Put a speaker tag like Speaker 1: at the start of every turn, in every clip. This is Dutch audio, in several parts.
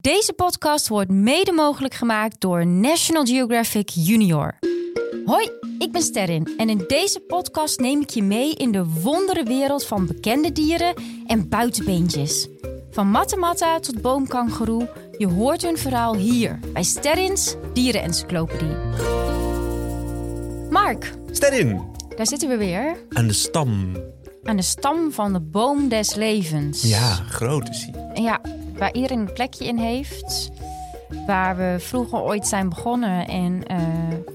Speaker 1: Deze podcast wordt mede mogelijk gemaakt door National Geographic Junior. Hoi, ik ben Sterrin en in deze podcast neem ik je mee in de wondere wereld van bekende dieren en buitenbeentjes. Van mattematta tot boomkangeroe, je hoort hun verhaal hier bij Sterrins Dierenencyclopedie. Mark,
Speaker 2: Sterrin.
Speaker 1: daar zitten we weer
Speaker 2: Aan de stam.
Speaker 1: aan de stam van de boom des levens.
Speaker 2: Ja, groot is hij.
Speaker 1: Ja, waar iedereen een plekje in heeft. Waar we vroeger ooit zijn begonnen en eh,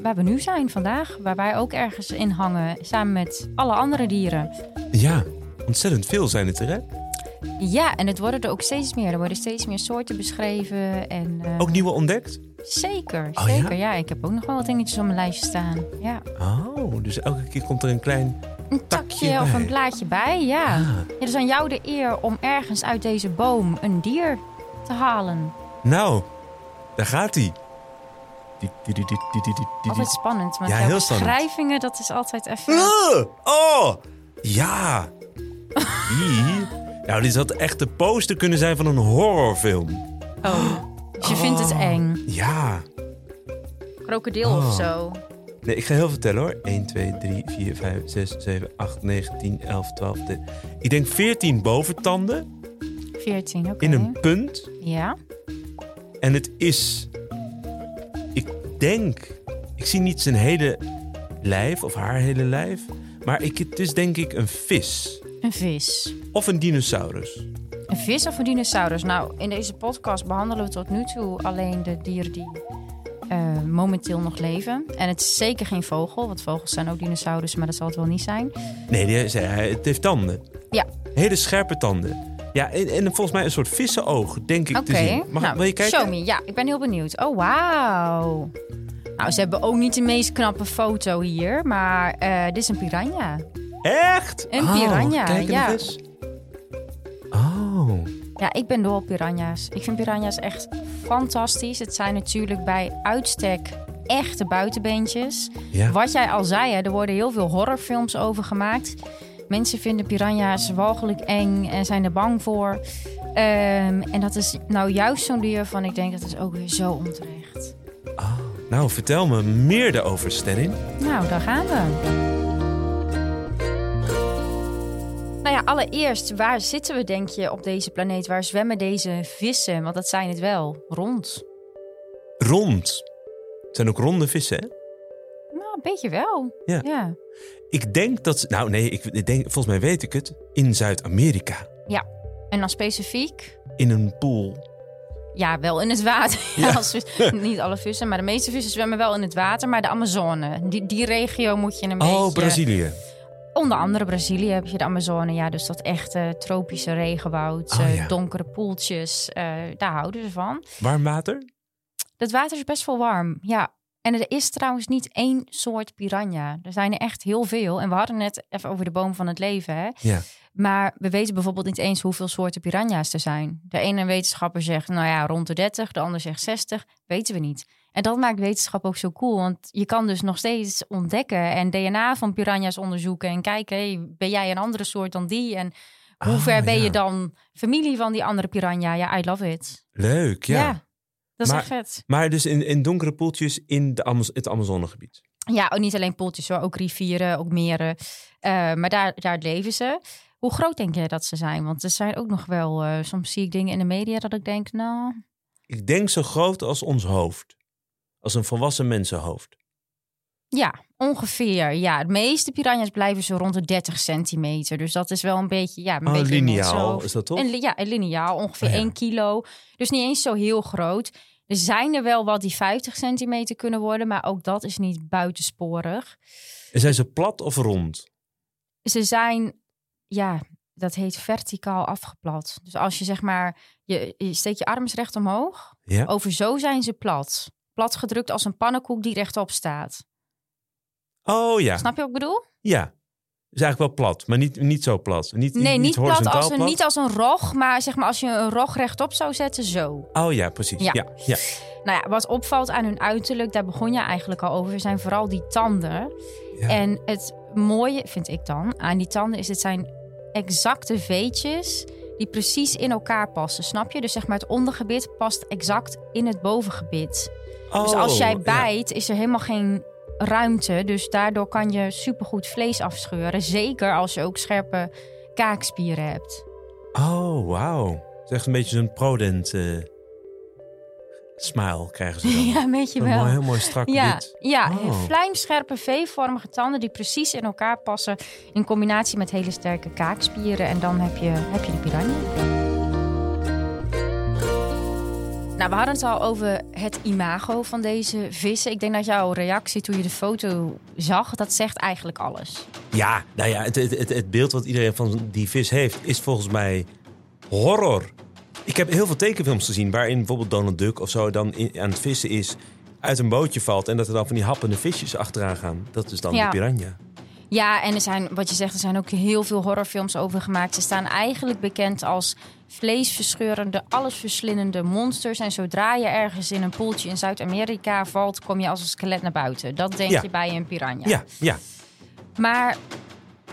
Speaker 1: waar we nu zijn vandaag. Waar wij ook ergens in hangen, samen met alle andere dieren.
Speaker 2: Ja, ontzettend veel zijn het er, hè?
Speaker 1: Ja, en het worden er ook steeds meer. Er worden steeds meer soorten beschreven. En, eh,
Speaker 2: Ook nieuwe ontdekt?
Speaker 1: Zeker,
Speaker 2: Oh, ja?
Speaker 1: zeker. Ja? ik heb ook nog wel wat dingetjes op mijn lijstje staan. Ja.
Speaker 2: Oh, dus elke keer komt er een klein...
Speaker 1: Een takje
Speaker 2: Takje
Speaker 1: of
Speaker 2: bij.
Speaker 1: een blaadje bij, ja.
Speaker 2: Ah.
Speaker 1: ja. Dus aan jou de eer om ergens uit deze boom een dier te halen.
Speaker 2: Nou, daar gaat hij.
Speaker 1: Altijd spannend, maar
Speaker 2: Ja,
Speaker 1: jouw
Speaker 2: heel spannend. Ah!
Speaker 1: beschrijvingen, dat is altijd even...
Speaker 2: Oh, ja. Die. Nou, dit had echt de poster kunnen zijn van een horrorfilm.
Speaker 1: Oh. Dus je vindt het eng.
Speaker 2: Ja.
Speaker 1: Krokodil
Speaker 2: Oh.
Speaker 1: of zo.
Speaker 2: Nee, ik ga heel veel tellen hoor. 1, 2, 3, 4, 5, 6, 7, 8, 9, 10, 11, 12. de- Ik denk 14 boventanden
Speaker 1: 14, oké.
Speaker 2: in een punt.
Speaker 1: Ja.
Speaker 2: En het is. Ik denk. Ik zie niet zijn hele lijf of haar hele lijf. Maar ik, het is denk ik een vis.
Speaker 1: Een vis.
Speaker 2: Of een dinosaurus.
Speaker 1: Een vis of een dinosaurus? Nou, in deze podcast behandelen we tot nu toe alleen de dieren die eh, momenteel nog leven. En het is zeker geen vogel, want vogels zijn ook dinosaurussen, maar dat zal het wel niet zijn.
Speaker 2: Nee, die- ze- hij- het heeft tanden.
Speaker 1: Ja.
Speaker 2: Hele scherpe tanden. Ja, en, en volgens mij een soort vissenoog, denk ik
Speaker 1: Oké,
Speaker 2: te zien. Mag,
Speaker 1: nou,
Speaker 2: wil je kijken?
Speaker 1: show me. Ja, ik ben heel benieuwd. Oh, wauw. Nou, ze hebben ook niet de meest knappe foto hier, maar eh, dit is een piranha.
Speaker 2: Echt?
Speaker 1: Een
Speaker 2: Oh,
Speaker 1: piranha,
Speaker 2: kijk nog
Speaker 1: ja.
Speaker 2: eens. Oh.
Speaker 1: Ja, ik ben dol op piranha's. Ik vind piranha's echt fantastisch. Het zijn natuurlijk bij uitstek echte buitenbeentjes.
Speaker 2: Ja.
Speaker 1: Wat jij al zei, hè, er worden heel veel horrorfilms over gemaakt. Mensen vinden piranha's walgelijk eng en zijn er bang voor. Ehm, en dat is nou juist zo'n dier van ik denk dat is ook weer zo onterecht.
Speaker 2: Nou, vertel me meer daarover, Sterrin.
Speaker 1: Nou, daar gaan we. Nou ja, allereerst, waar zitten we denk je op deze planeet? Waar zwemmen deze vissen? Want dat zijn het wel, rond.
Speaker 2: Rond. Het zijn ook ronde vissen, hè?
Speaker 1: Nou, een beetje wel.
Speaker 2: Ja. Ik denk dat ze... Nou, nee, ik, ik denk, volgens mij weet ik het. In Zuid-Amerika.
Speaker 1: En dan specifiek?
Speaker 2: In een pool.
Speaker 1: Ja, wel in het water. Als vis- niet alle vissen, maar de meeste vissen zwemmen wel in het water. Maar de Amazone, die, die regio moet je een beetje...
Speaker 2: Oh, Brazilië.
Speaker 1: Onder andere Brazilië heb je de Amazone. Ja, dus dat echte tropische regenwoud,
Speaker 2: Oh,
Speaker 1: eh,
Speaker 2: ja.
Speaker 1: donkere poeltjes. eh, daar houden ze van.
Speaker 2: Warm water?
Speaker 1: Dat water is best wel warm, ja. En er is trouwens niet één soort piranha. Er zijn er echt heel veel. En we hadden net even over de boom van het leven, hè.
Speaker 2: Ja.
Speaker 1: Maar we weten bijvoorbeeld niet eens hoeveel soorten piranha's er zijn. De ene wetenschapper zegt, nou ja, rond de 30. De ander zegt 60. Weten we niet. En dat maakt wetenschap ook zo cool. Want je kan dus nog steeds ontdekken en DNA van piranha's onderzoeken. En kijken, hey, ben jij een andere soort dan die? En hoe
Speaker 2: Ah,
Speaker 1: ver ben
Speaker 2: ja.
Speaker 1: je dan familie van die andere piranha? Ja, I love it.
Speaker 2: Leuk, ja.
Speaker 1: Dat is
Speaker 2: Maar-
Speaker 1: echt vet.
Speaker 2: Maar dus in, in donkere poeltjes in de Amaz- het Amazonegebied.
Speaker 1: Ja, ook niet alleen poeltjes hoor, ook rivieren, ook meren. Eh, maar daar, daar leven ze. Hoe groot denk jij dat ze zijn? Want er zijn ook nog wel, eh, soms zie ik dingen in de media dat ik denk, nou,
Speaker 2: Ik denk zo groot als ons hoofd. Als een volwassen mensenhoofd.
Speaker 1: ja, ongeveer. Ja, de meeste piranha's blijven zo rond de 30 centimeter. Dus dat is wel een beetje, ja, een
Speaker 2: Oh,
Speaker 1: beetje een
Speaker 2: lineaal
Speaker 1: mensenhoofd.
Speaker 2: is dat toch?
Speaker 1: Een, li- ja, een lineaal, ongeveer
Speaker 2: Oh ja.
Speaker 1: 1 kilo. Dus niet eens zo heel groot. Er zijn er wel wat die 50 centimeter kunnen worden, maar ook dat is niet buitensporig.
Speaker 2: En zijn ze plat of rond?
Speaker 1: ze zijn, ja, dat heet verticaal afgeplat. Dus als je zeg maar, je, je steekt je arms recht omhoog.
Speaker 2: Ja.
Speaker 1: Over zo zijn ze plat. Plat gedrukt als een pannenkoek die rechtop staat.
Speaker 2: Oh ja.
Speaker 1: Snap je wat ik bedoel?
Speaker 2: Ja. Is eigenlijk wel plat, maar niet, niet zo plat. Niet,
Speaker 1: Nee, niet, plat,
Speaker 2: horizontaal
Speaker 1: als een, niet als een rog, maar zeg maar als je een rog rechtop zou zetten, zo.
Speaker 2: Oh ja, precies.
Speaker 1: Ja.
Speaker 2: Ja. Ja,
Speaker 1: Nou ja, wat opvalt aan hun uiterlijk, daar begon je eigenlijk al over, zijn vooral die tanden.
Speaker 2: Ja.
Speaker 1: En het mooie, vind ik dan, aan die tanden is: het zijn exacte veetjes die precies in elkaar passen, snap je? Dus zeg maar het ondergebit past exact in het bovengebit.
Speaker 2: Oh,
Speaker 1: dus als jij
Speaker 2: ja.
Speaker 1: bijt, is er helemaal geen ruimte. Dus daardoor kan je supergoed vlees afscheuren. Zeker als je ook scherpe kaakspieren hebt.
Speaker 2: Oh, wauw. Het is echt een beetje zo'n prodent eh, smile krijgen ze dan.
Speaker 1: ja, weet je
Speaker 2: Een
Speaker 1: wel.
Speaker 2: mooi, heel mooi strak
Speaker 1: Ja,
Speaker 2: wit.
Speaker 1: ja
Speaker 2: Oh.
Speaker 1: vlijmscherpe V-vormige tanden die precies in elkaar passen. In combinatie met hele sterke kaakspieren. En dan heb je, heb je de piranha. Nou, we hadden het al over het imago van deze vissen. Ik denk dat jouw reactie toen je de foto zag, dat zegt eigenlijk alles.
Speaker 2: Ja, nou ja, het, het, het, het beeld wat iedereen van die vis heeft is volgens mij horror. Ik heb heel veel tekenfilms gezien waarin bijvoorbeeld Donald Duck of zo dan in- aan het vissen is, uit een bootje valt en dat er dan van die happende visjes achteraan gaan. Dat is dan
Speaker 1: Ja.
Speaker 2: de piranha.
Speaker 1: Ja, en er zijn, wat je zegt, er zijn ook heel veel horrorfilms over gemaakt. Ze staan eigenlijk bekend als vleesverscheurende, allesverslindende monsters. En zodra je ergens in een poeltje in Zuid-Amerika valt, kom je als een skelet naar buiten. Dat denk
Speaker 2: Ja.
Speaker 1: je bij een piranha.
Speaker 2: Ja, ja.
Speaker 1: Maar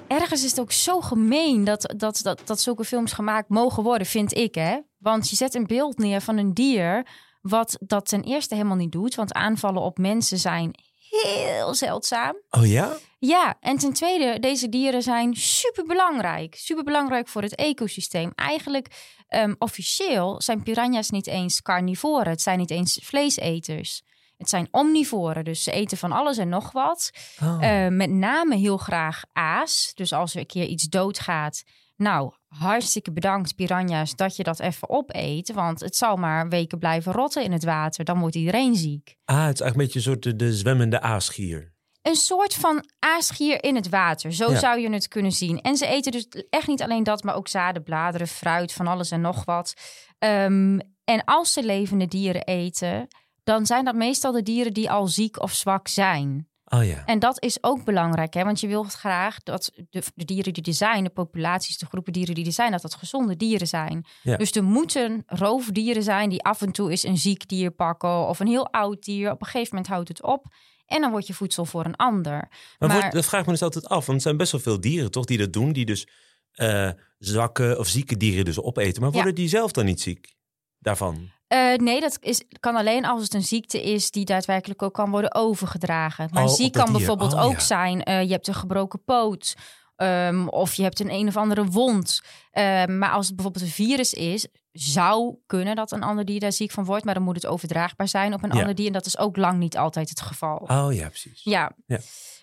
Speaker 1: ergens is het ook zo gemeen dat, dat, dat, dat zulke films gemaakt mogen worden, vind ik. Hè? Want je zet een beeld neer van een dier wat dat ten eerste helemaal niet doet. Want aanvallen op mensen zijn heel zeldzaam.
Speaker 2: Oh ja?
Speaker 1: Ja, en ten tweede, deze dieren zijn superbelangrijk. Superbelangrijk voor het ecosysteem. Eigenlijk, ehm, officieel zijn piranha's niet eens carnivoren. Het zijn niet eens vleeseters. Het zijn omnivoren, dus ze eten van alles en nog wat.
Speaker 2: Oh.
Speaker 1: Eh, met name heel graag aas. Dus als er een keer iets doodgaat. Nou, hartstikke bedankt piranha's dat je dat even opeet. Want het zal maar weken blijven rotten in het water. Dan wordt iedereen ziek.
Speaker 2: Ah, het is eigenlijk een beetje een soort de, de zwemmende aasgier.
Speaker 1: een soort van aasgier in het water. Zo
Speaker 2: Ja.
Speaker 1: zou je het kunnen zien. En ze eten dus echt niet alleen dat, maar ook zaden, bladeren, fruit, van alles en nog wat. Ehm, en als ze levende dieren eten, dan zijn dat meestal de dieren die al ziek of zwak zijn.
Speaker 2: Oh ja.
Speaker 1: En dat is ook belangrijk, hè? want je wilt graag dat de, de dieren die er zijn, de populaties, de groepen dieren die er zijn, dat dat gezonde dieren zijn.
Speaker 2: Ja.
Speaker 1: Dus er moeten roofdieren zijn die af en toe eens een ziek dier pakken of een heel oud dier. Op een gegeven moment houdt het op en dan word je voedsel voor een ander.
Speaker 2: Maar,
Speaker 1: maar-
Speaker 2: wordt- dat vraag ik me dus altijd af. Want er zijn best wel veel dieren, toch, die dat doen. Die dus eh, zwakke of zieke dieren dus opeten. Maar
Speaker 1: Ja.
Speaker 2: worden die zelf dan niet ziek daarvan?
Speaker 1: Eh, nee, dat is, kan alleen als het een ziekte is die daadwerkelijk ook kan worden overgedragen. Maar
Speaker 2: Oh, op
Speaker 1: ziek
Speaker 2: dat
Speaker 1: kan
Speaker 2: dier.
Speaker 1: bijvoorbeeld
Speaker 2: Oh,
Speaker 1: ook
Speaker 2: ja.
Speaker 1: zijn, eh, je hebt een gebroken poot. ehm, of je hebt een een of andere wond. Ehm, maar als het bijvoorbeeld een virus is, zou kunnen dat een ander dier daar ziek van wordt. Maar dan moet het overdraagbaar zijn op een
Speaker 2: Ja.
Speaker 1: ander dier. En dat is ook lang niet altijd het geval.
Speaker 2: Oh ja, precies.
Speaker 1: Ja.
Speaker 2: Ja.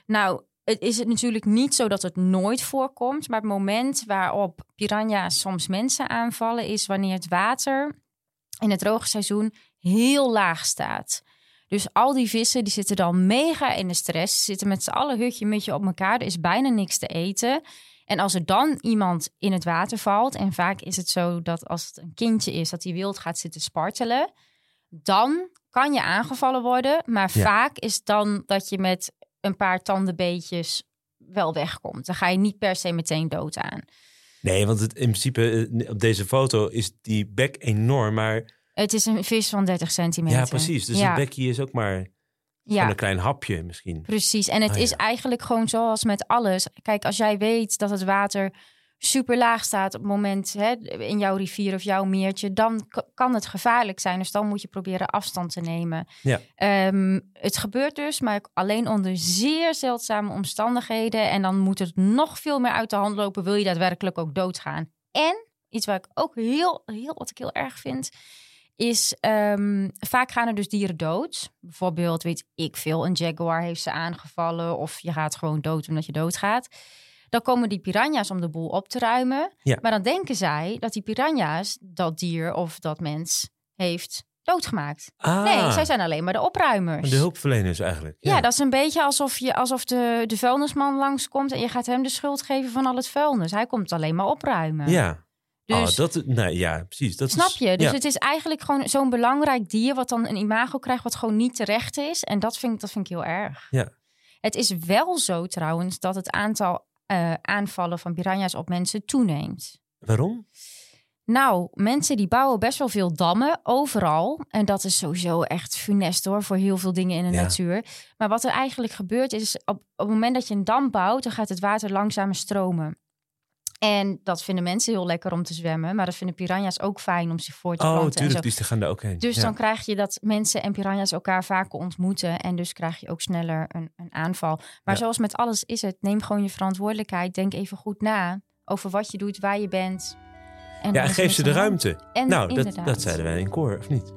Speaker 1: Nou, het is het natuurlijk niet zo dat het nooit voorkomt. Maar het moment waarop piranha's soms mensen aanvallen... is wanneer het water in het droge seizoen heel laag staat. Dus al die vissen die zitten dan mega in de stress. Ze Zitten met z'n allen hutje mutje op elkaar. Er is bijna niks te eten. En als er dan iemand in het water valt... en vaak is het zo dat als het een kindje is... dat die wild gaat zitten spartelen... dan kan je aangevallen worden. Maar
Speaker 2: Ja.
Speaker 1: vaak is dan dat je met een paar tandenbeetjes wel wegkomt. Dan ga je niet per se meteen dood aan.
Speaker 2: Nee, want het, in principe eh, op deze foto is die bek enorm. Maar
Speaker 1: Het is een vis van 30 centimeter.
Speaker 2: ja, precies. Dus
Speaker 1: ja,
Speaker 2: het bekje is ook maar
Speaker 1: ja.
Speaker 2: van een klein hapje misschien.
Speaker 1: Precies. En het
Speaker 2: Ah,
Speaker 1: is
Speaker 2: ja.
Speaker 1: eigenlijk gewoon zoals met alles. Kijk, als jij weet dat het water super laag staat op het moment hè, in jouw rivier of jouw meertje, dan k- kan het gevaarlijk zijn. Dus dan moet je proberen afstand te nemen.
Speaker 2: Ja.
Speaker 1: Ehm, het gebeurt dus, maar alleen onder zeer zeldzame omstandigheden. En dan moet het nog veel meer uit de hand lopen, wil je daadwerkelijk ook doodgaan. En iets waar ik ook heel, heel wat ik heel erg vind, is ehm, vaak gaan er dus dieren dood. Bijvoorbeeld, weet ik veel, een jaguar heeft ze aangevallen of je gaat gewoon dood omdat je doodgaat. Dan komen die piranha's om de boel op te ruimen.
Speaker 2: Ja.
Speaker 1: Maar dan denken zij dat die piranha's dat dier of dat mens heeft doodgemaakt.
Speaker 2: Ah,
Speaker 1: Nee, zij zijn alleen maar de opruimers.
Speaker 2: de hulpverleners eigenlijk.
Speaker 1: Ja, dat is een beetje alsof, je, alsof de, de vuilnisman langskomt en je gaat hem de schuld geven van al het vuilnis. Hij komt alleen maar opruimen.
Speaker 2: Ja.
Speaker 1: Dus
Speaker 2: oh, dat, nee, ja, precies. Dat
Speaker 1: Snap
Speaker 2: is,
Speaker 1: je? Dus
Speaker 2: ja.
Speaker 1: het is eigenlijk gewoon zo'n belangrijk dier wat dan een imago krijgt wat gewoon niet terecht is. En dat vind, ik- dat vind ik heel erg.
Speaker 2: Ja.
Speaker 1: Het is wel zo trouwens dat het aantal eh, aanvallen van piranha's op mensen toeneemt.
Speaker 2: Waarom?
Speaker 1: Nou, mensen die bouwen best wel veel dammen overal. En dat is sowieso echt funest hoor, voor heel veel dingen in de
Speaker 2: Ja.
Speaker 1: natuur. Maar wat er eigenlijk gebeurt is, op, op het moment dat je een dam bouwt, dan gaat het water langzamer stromen. En dat vinden mensen heel lekker om te zwemmen. Maar dat vinden piranha's ook fijn om zich voor te
Speaker 2: Oh,
Speaker 1: planten. en zo.
Speaker 2: tuurlijk, dus die gaan er ook heen.
Speaker 1: Dus
Speaker 2: Ja.
Speaker 1: dan krijg je dat mensen en piranha's elkaar vaker ontmoeten. En dus krijg je ook sneller een, een aanval. Maar
Speaker 2: Ja.
Speaker 1: zoals met alles is het, neem gewoon je verantwoordelijkheid. Denk even goed na over wat je doet, waar je bent. En
Speaker 2: Ja,
Speaker 1: wat
Speaker 2: en
Speaker 1: er
Speaker 2: geef
Speaker 1: met
Speaker 2: ze
Speaker 1: je
Speaker 2: de
Speaker 1: hand-
Speaker 2: ruimte.
Speaker 1: En
Speaker 2: nou, dat,
Speaker 1: inderdaad.
Speaker 2: dat zeiden wij in koor, of niet?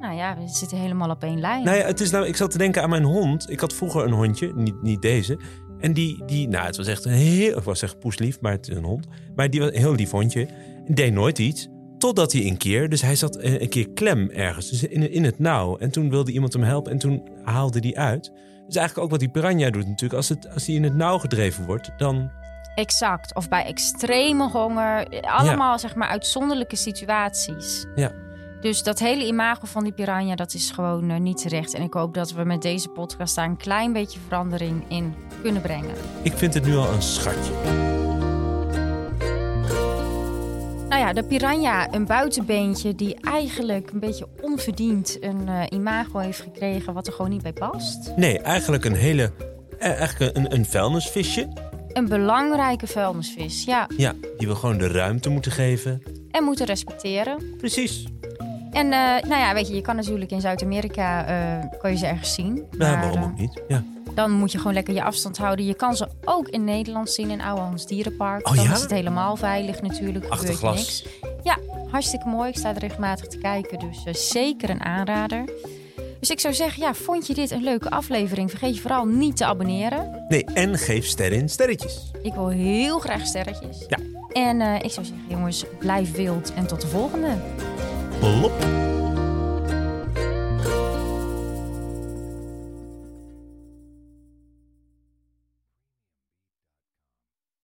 Speaker 1: Nou ja, we zitten helemaal op één lijn.
Speaker 2: Nou ja, het is nou, ik zat te denken aan mijn hond. Ik had vroeger een hondje, niet, niet deze. En die, die, nou, het was echt een heel, ik was echt poeslief, maar het is een hond. Maar die was een heel lief hondje. Deed nooit iets. Totdat hij een keer, dus hij zat eh, een keer klem ergens, dus in, in het nauw. En toen wilde iemand hem helpen en toen haalde die uit. Dus eigenlijk ook wat die piranha doet natuurlijk. Als, het, als die in het nauw gedreven wordt, dan...
Speaker 1: Exact. Of bij extreme honger. Eh, Allemaal zeg maar uitzonderlijke situaties.
Speaker 2: Ja.
Speaker 1: Dus dat hele imago van die piranha, dat is gewoon eh, niet terecht. En ik hoop dat we met deze podcast daar een klein beetje verandering in kunnen brengen.
Speaker 2: Ik vind het nu al een schatje.
Speaker 1: Nou ja, de piranha, een buitenbeentje die eigenlijk een beetje onverdiend een eh, imago heeft gekregen wat er gewoon niet bij past.
Speaker 2: Nee, eigenlijk een hele... eh, Eigenlijk een, een vuilnisvisje.
Speaker 1: Een belangrijke vuilnisvis, ja.
Speaker 2: Ja, die we gewoon de ruimte moeten geven.
Speaker 1: En moeten respecteren.
Speaker 2: Precies.
Speaker 1: En eh, nou ja, weet je, je kan natuurlijk in Zuid-Amerika, eh kan je ze ergens zien.
Speaker 2: Nou,
Speaker 1: Maar,
Speaker 2: waarom
Speaker 1: eh,
Speaker 2: ook niet? Ja.
Speaker 1: Dan moet je gewoon lekker je afstand houden. Je kan ze ook in Nederland zien in Oude Hans Dierenpark.
Speaker 2: Oh
Speaker 1: dan
Speaker 2: ja?
Speaker 1: is het helemaal veilig natuurlijk.
Speaker 2: Achter
Speaker 1: gebeurt
Speaker 2: glas.
Speaker 1: niks. Ja, hartstikke mooi. Ik sta er regelmatig te kijken. Dus eh, zeker een aanrader. Dus ik zou zeggen, ja, vond je dit een leuke aflevering? Vergeet je vooral niet te abonneren.
Speaker 2: Nee, en geef sterren sterretjes.
Speaker 1: Ik wil heel graag sterretjes.
Speaker 2: Ja.
Speaker 1: En eh, ik zou zeggen, jongens, blijf wild en tot de volgende.
Speaker 2: Plop.